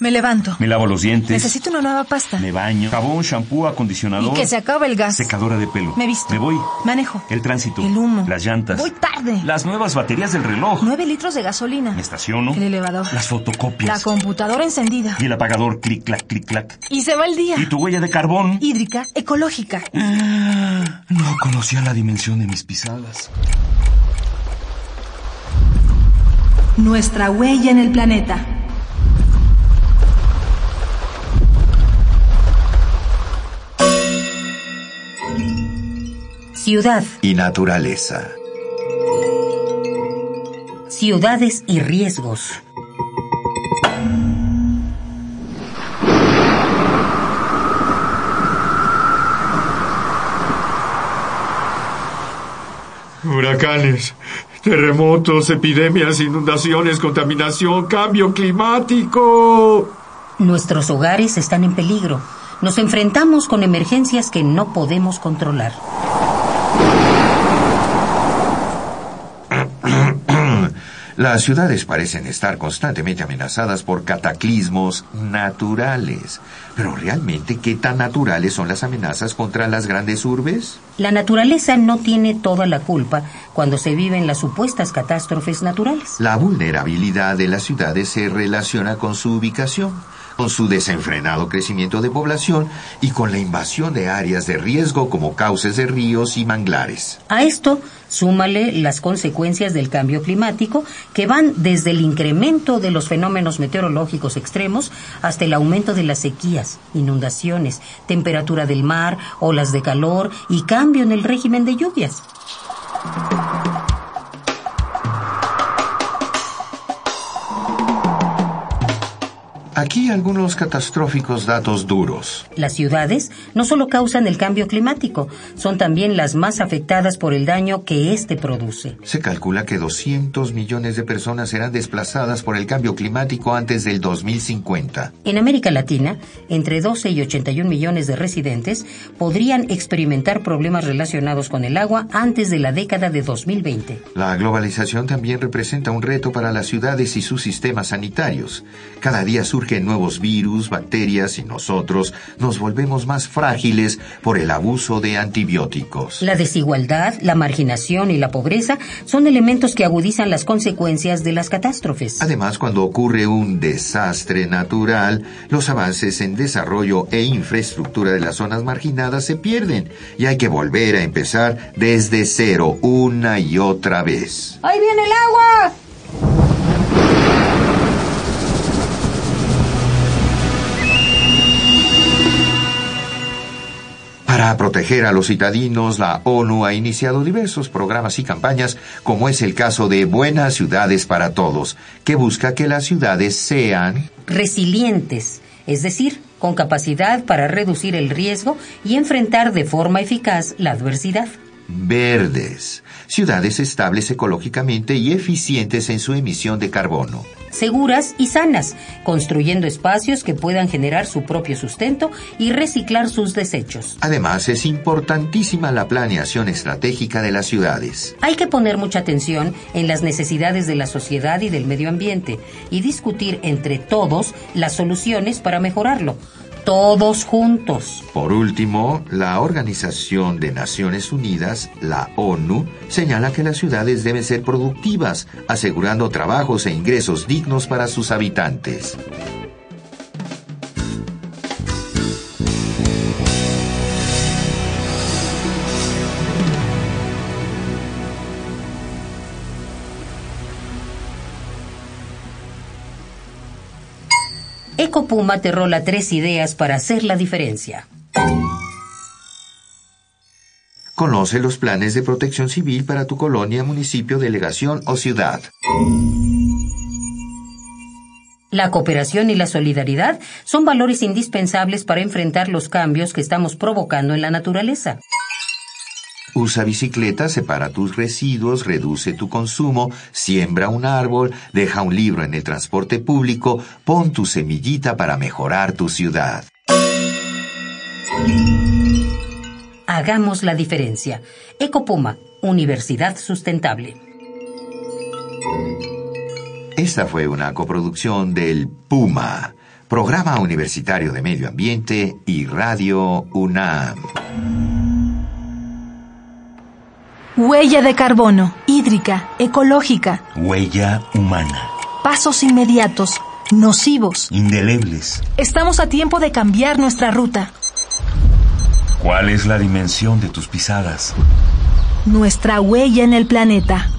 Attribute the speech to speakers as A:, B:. A: Me levanto.
B: Me lavo los dientes.
A: Necesito una nueva pasta.
B: Me baño. Jabón, shampoo, acondicionador.
A: Y que se acabe el gas.
B: Secadora de pelo.
A: Me visto.
B: Me voy.
A: Manejo.
B: El tránsito.
A: El humo.
B: Las llantas.
A: Voy tarde.
B: Las nuevas baterías del reloj.
A: Nueve litros de gasolina.
B: Me estaciono.
A: El elevador.
B: Las fotocopias.
A: La computadora encendida.
B: Y el apagador. Clic, clac, clic, clac.
A: Y se va el día.
B: Y tu huella de carbón.
A: Hídrica, ecológica.
B: No conocía la dimensión de mis pisadas.
C: Nuestra huella en el planeta.
D: Ciudad,
E: y naturaleza.
D: ciudades y riesgos.
F: Huracanes, terremotos, epidemias, inundaciones, contaminación, cambio climático.
D: Nuestros hogares están en peligro. Nos enfrentamos con emergencias que no podemos controlar.
E: Las ciudades parecen estar constantemente amenazadas por cataclismos naturales. Pero realmente, ¿qué tan naturales son las amenazas contra las grandes urbes?
D: La naturaleza no tiene toda la culpa cuando se viven las supuestas catástrofes naturales.
E: La vulnerabilidad de las ciudades se relaciona con su ubicación, con su desenfrenado crecimiento de población y con la invasión de áreas de riesgo como cauces de ríos y manglares.
D: A esto súmale las consecuencias del cambio climático que van desde el incremento de los fenómenos meteorológicos extremos hasta el aumento de las sequías, inundaciones, temperatura del mar, olas de calor y cambio en el régimen de lluvias.
E: Aquí algunos catastróficos datos duros.
D: Las ciudades no solo causan el cambio climático, son también las más afectadas por el daño que éste produce.
E: Se calcula que 200 millones de personas serán desplazadas por el cambio climático antes del 2050.
D: En América Latina, entre 12 y 81 millones de residentes podrían experimentar problemas relacionados con el agua antes de la década de 2020.
E: La globalización también representa un reto para las ciudades y sus sistemas sanitarios. Cada día surgen nuevos virus, bacterias y nosotros nos volvemos más frágiles por el abuso de antibióticos.
D: La desigualdad, la marginación y la pobreza son elementos que agudizan las consecuencias de las catástrofes.
E: Además, cuando ocurre un desastre natural, los avances en desarrollo e infraestructura de las zonas marginadas se pierden y hay que volver a empezar desde cero una y otra vez.
C: ¡Ahí viene el agua!
E: Para proteger a los citadinos, la ONU ha iniciado diversos programas y campañas, como es el caso de Buenas Ciudades para Todos, que busca que las ciudades sean
D: resilientes, es decir, con capacidad para reducir el riesgo y enfrentar de forma eficaz la adversidad.
E: verdes, ciudades estables ecológicamente y eficientes en su emisión de carbono.
D: seguras y sanas, construyendo espacios que puedan generar su propio sustento y reciclar sus desechos.
E: Además, es importantísima la planeación estratégica de las ciudades.
D: Hay que poner mucha atención en las necesidades de la sociedad y del medio ambiente y discutir entre todos las soluciones para mejorarlo, todos juntos.
E: Por último, la Organización de Naciones Unidas, la ONU, señala que las ciudades deben ser productivas, asegurando trabajos e ingresos dignos para sus habitantes.
D: Ecopuma te rola tres ideas para hacer la diferencia.
E: Conoce los planes de protección civil para tu colonia, municipio, delegación o ciudad.
D: La cooperación y la solidaridad son valores indispensables para enfrentar los cambios que estamos provocando en la naturaleza.
E: Usa bicicleta, separa tus residuos, reduce tu consumo, siembra un árbol, deja un libro en el transporte público, pon tu semillita para mejorar tu ciudad.
D: Hagamos la diferencia. Ecopuma, Universidad Sustentable.
E: Esta fue una coproducción del Puma, Programa Universitario de Medio Ambiente y Radio UNAM.
A: Huella de carbono, hídrica, ecológica,
B: Huella humana.
A: pasos inmediatos, nocivos.
B: Indelebles.
A: Estamos a tiempo de cambiar nuestra ruta,
B: ¿Cuál es la dimensión de tus pisadas?
A: nuestra huella en el planeta.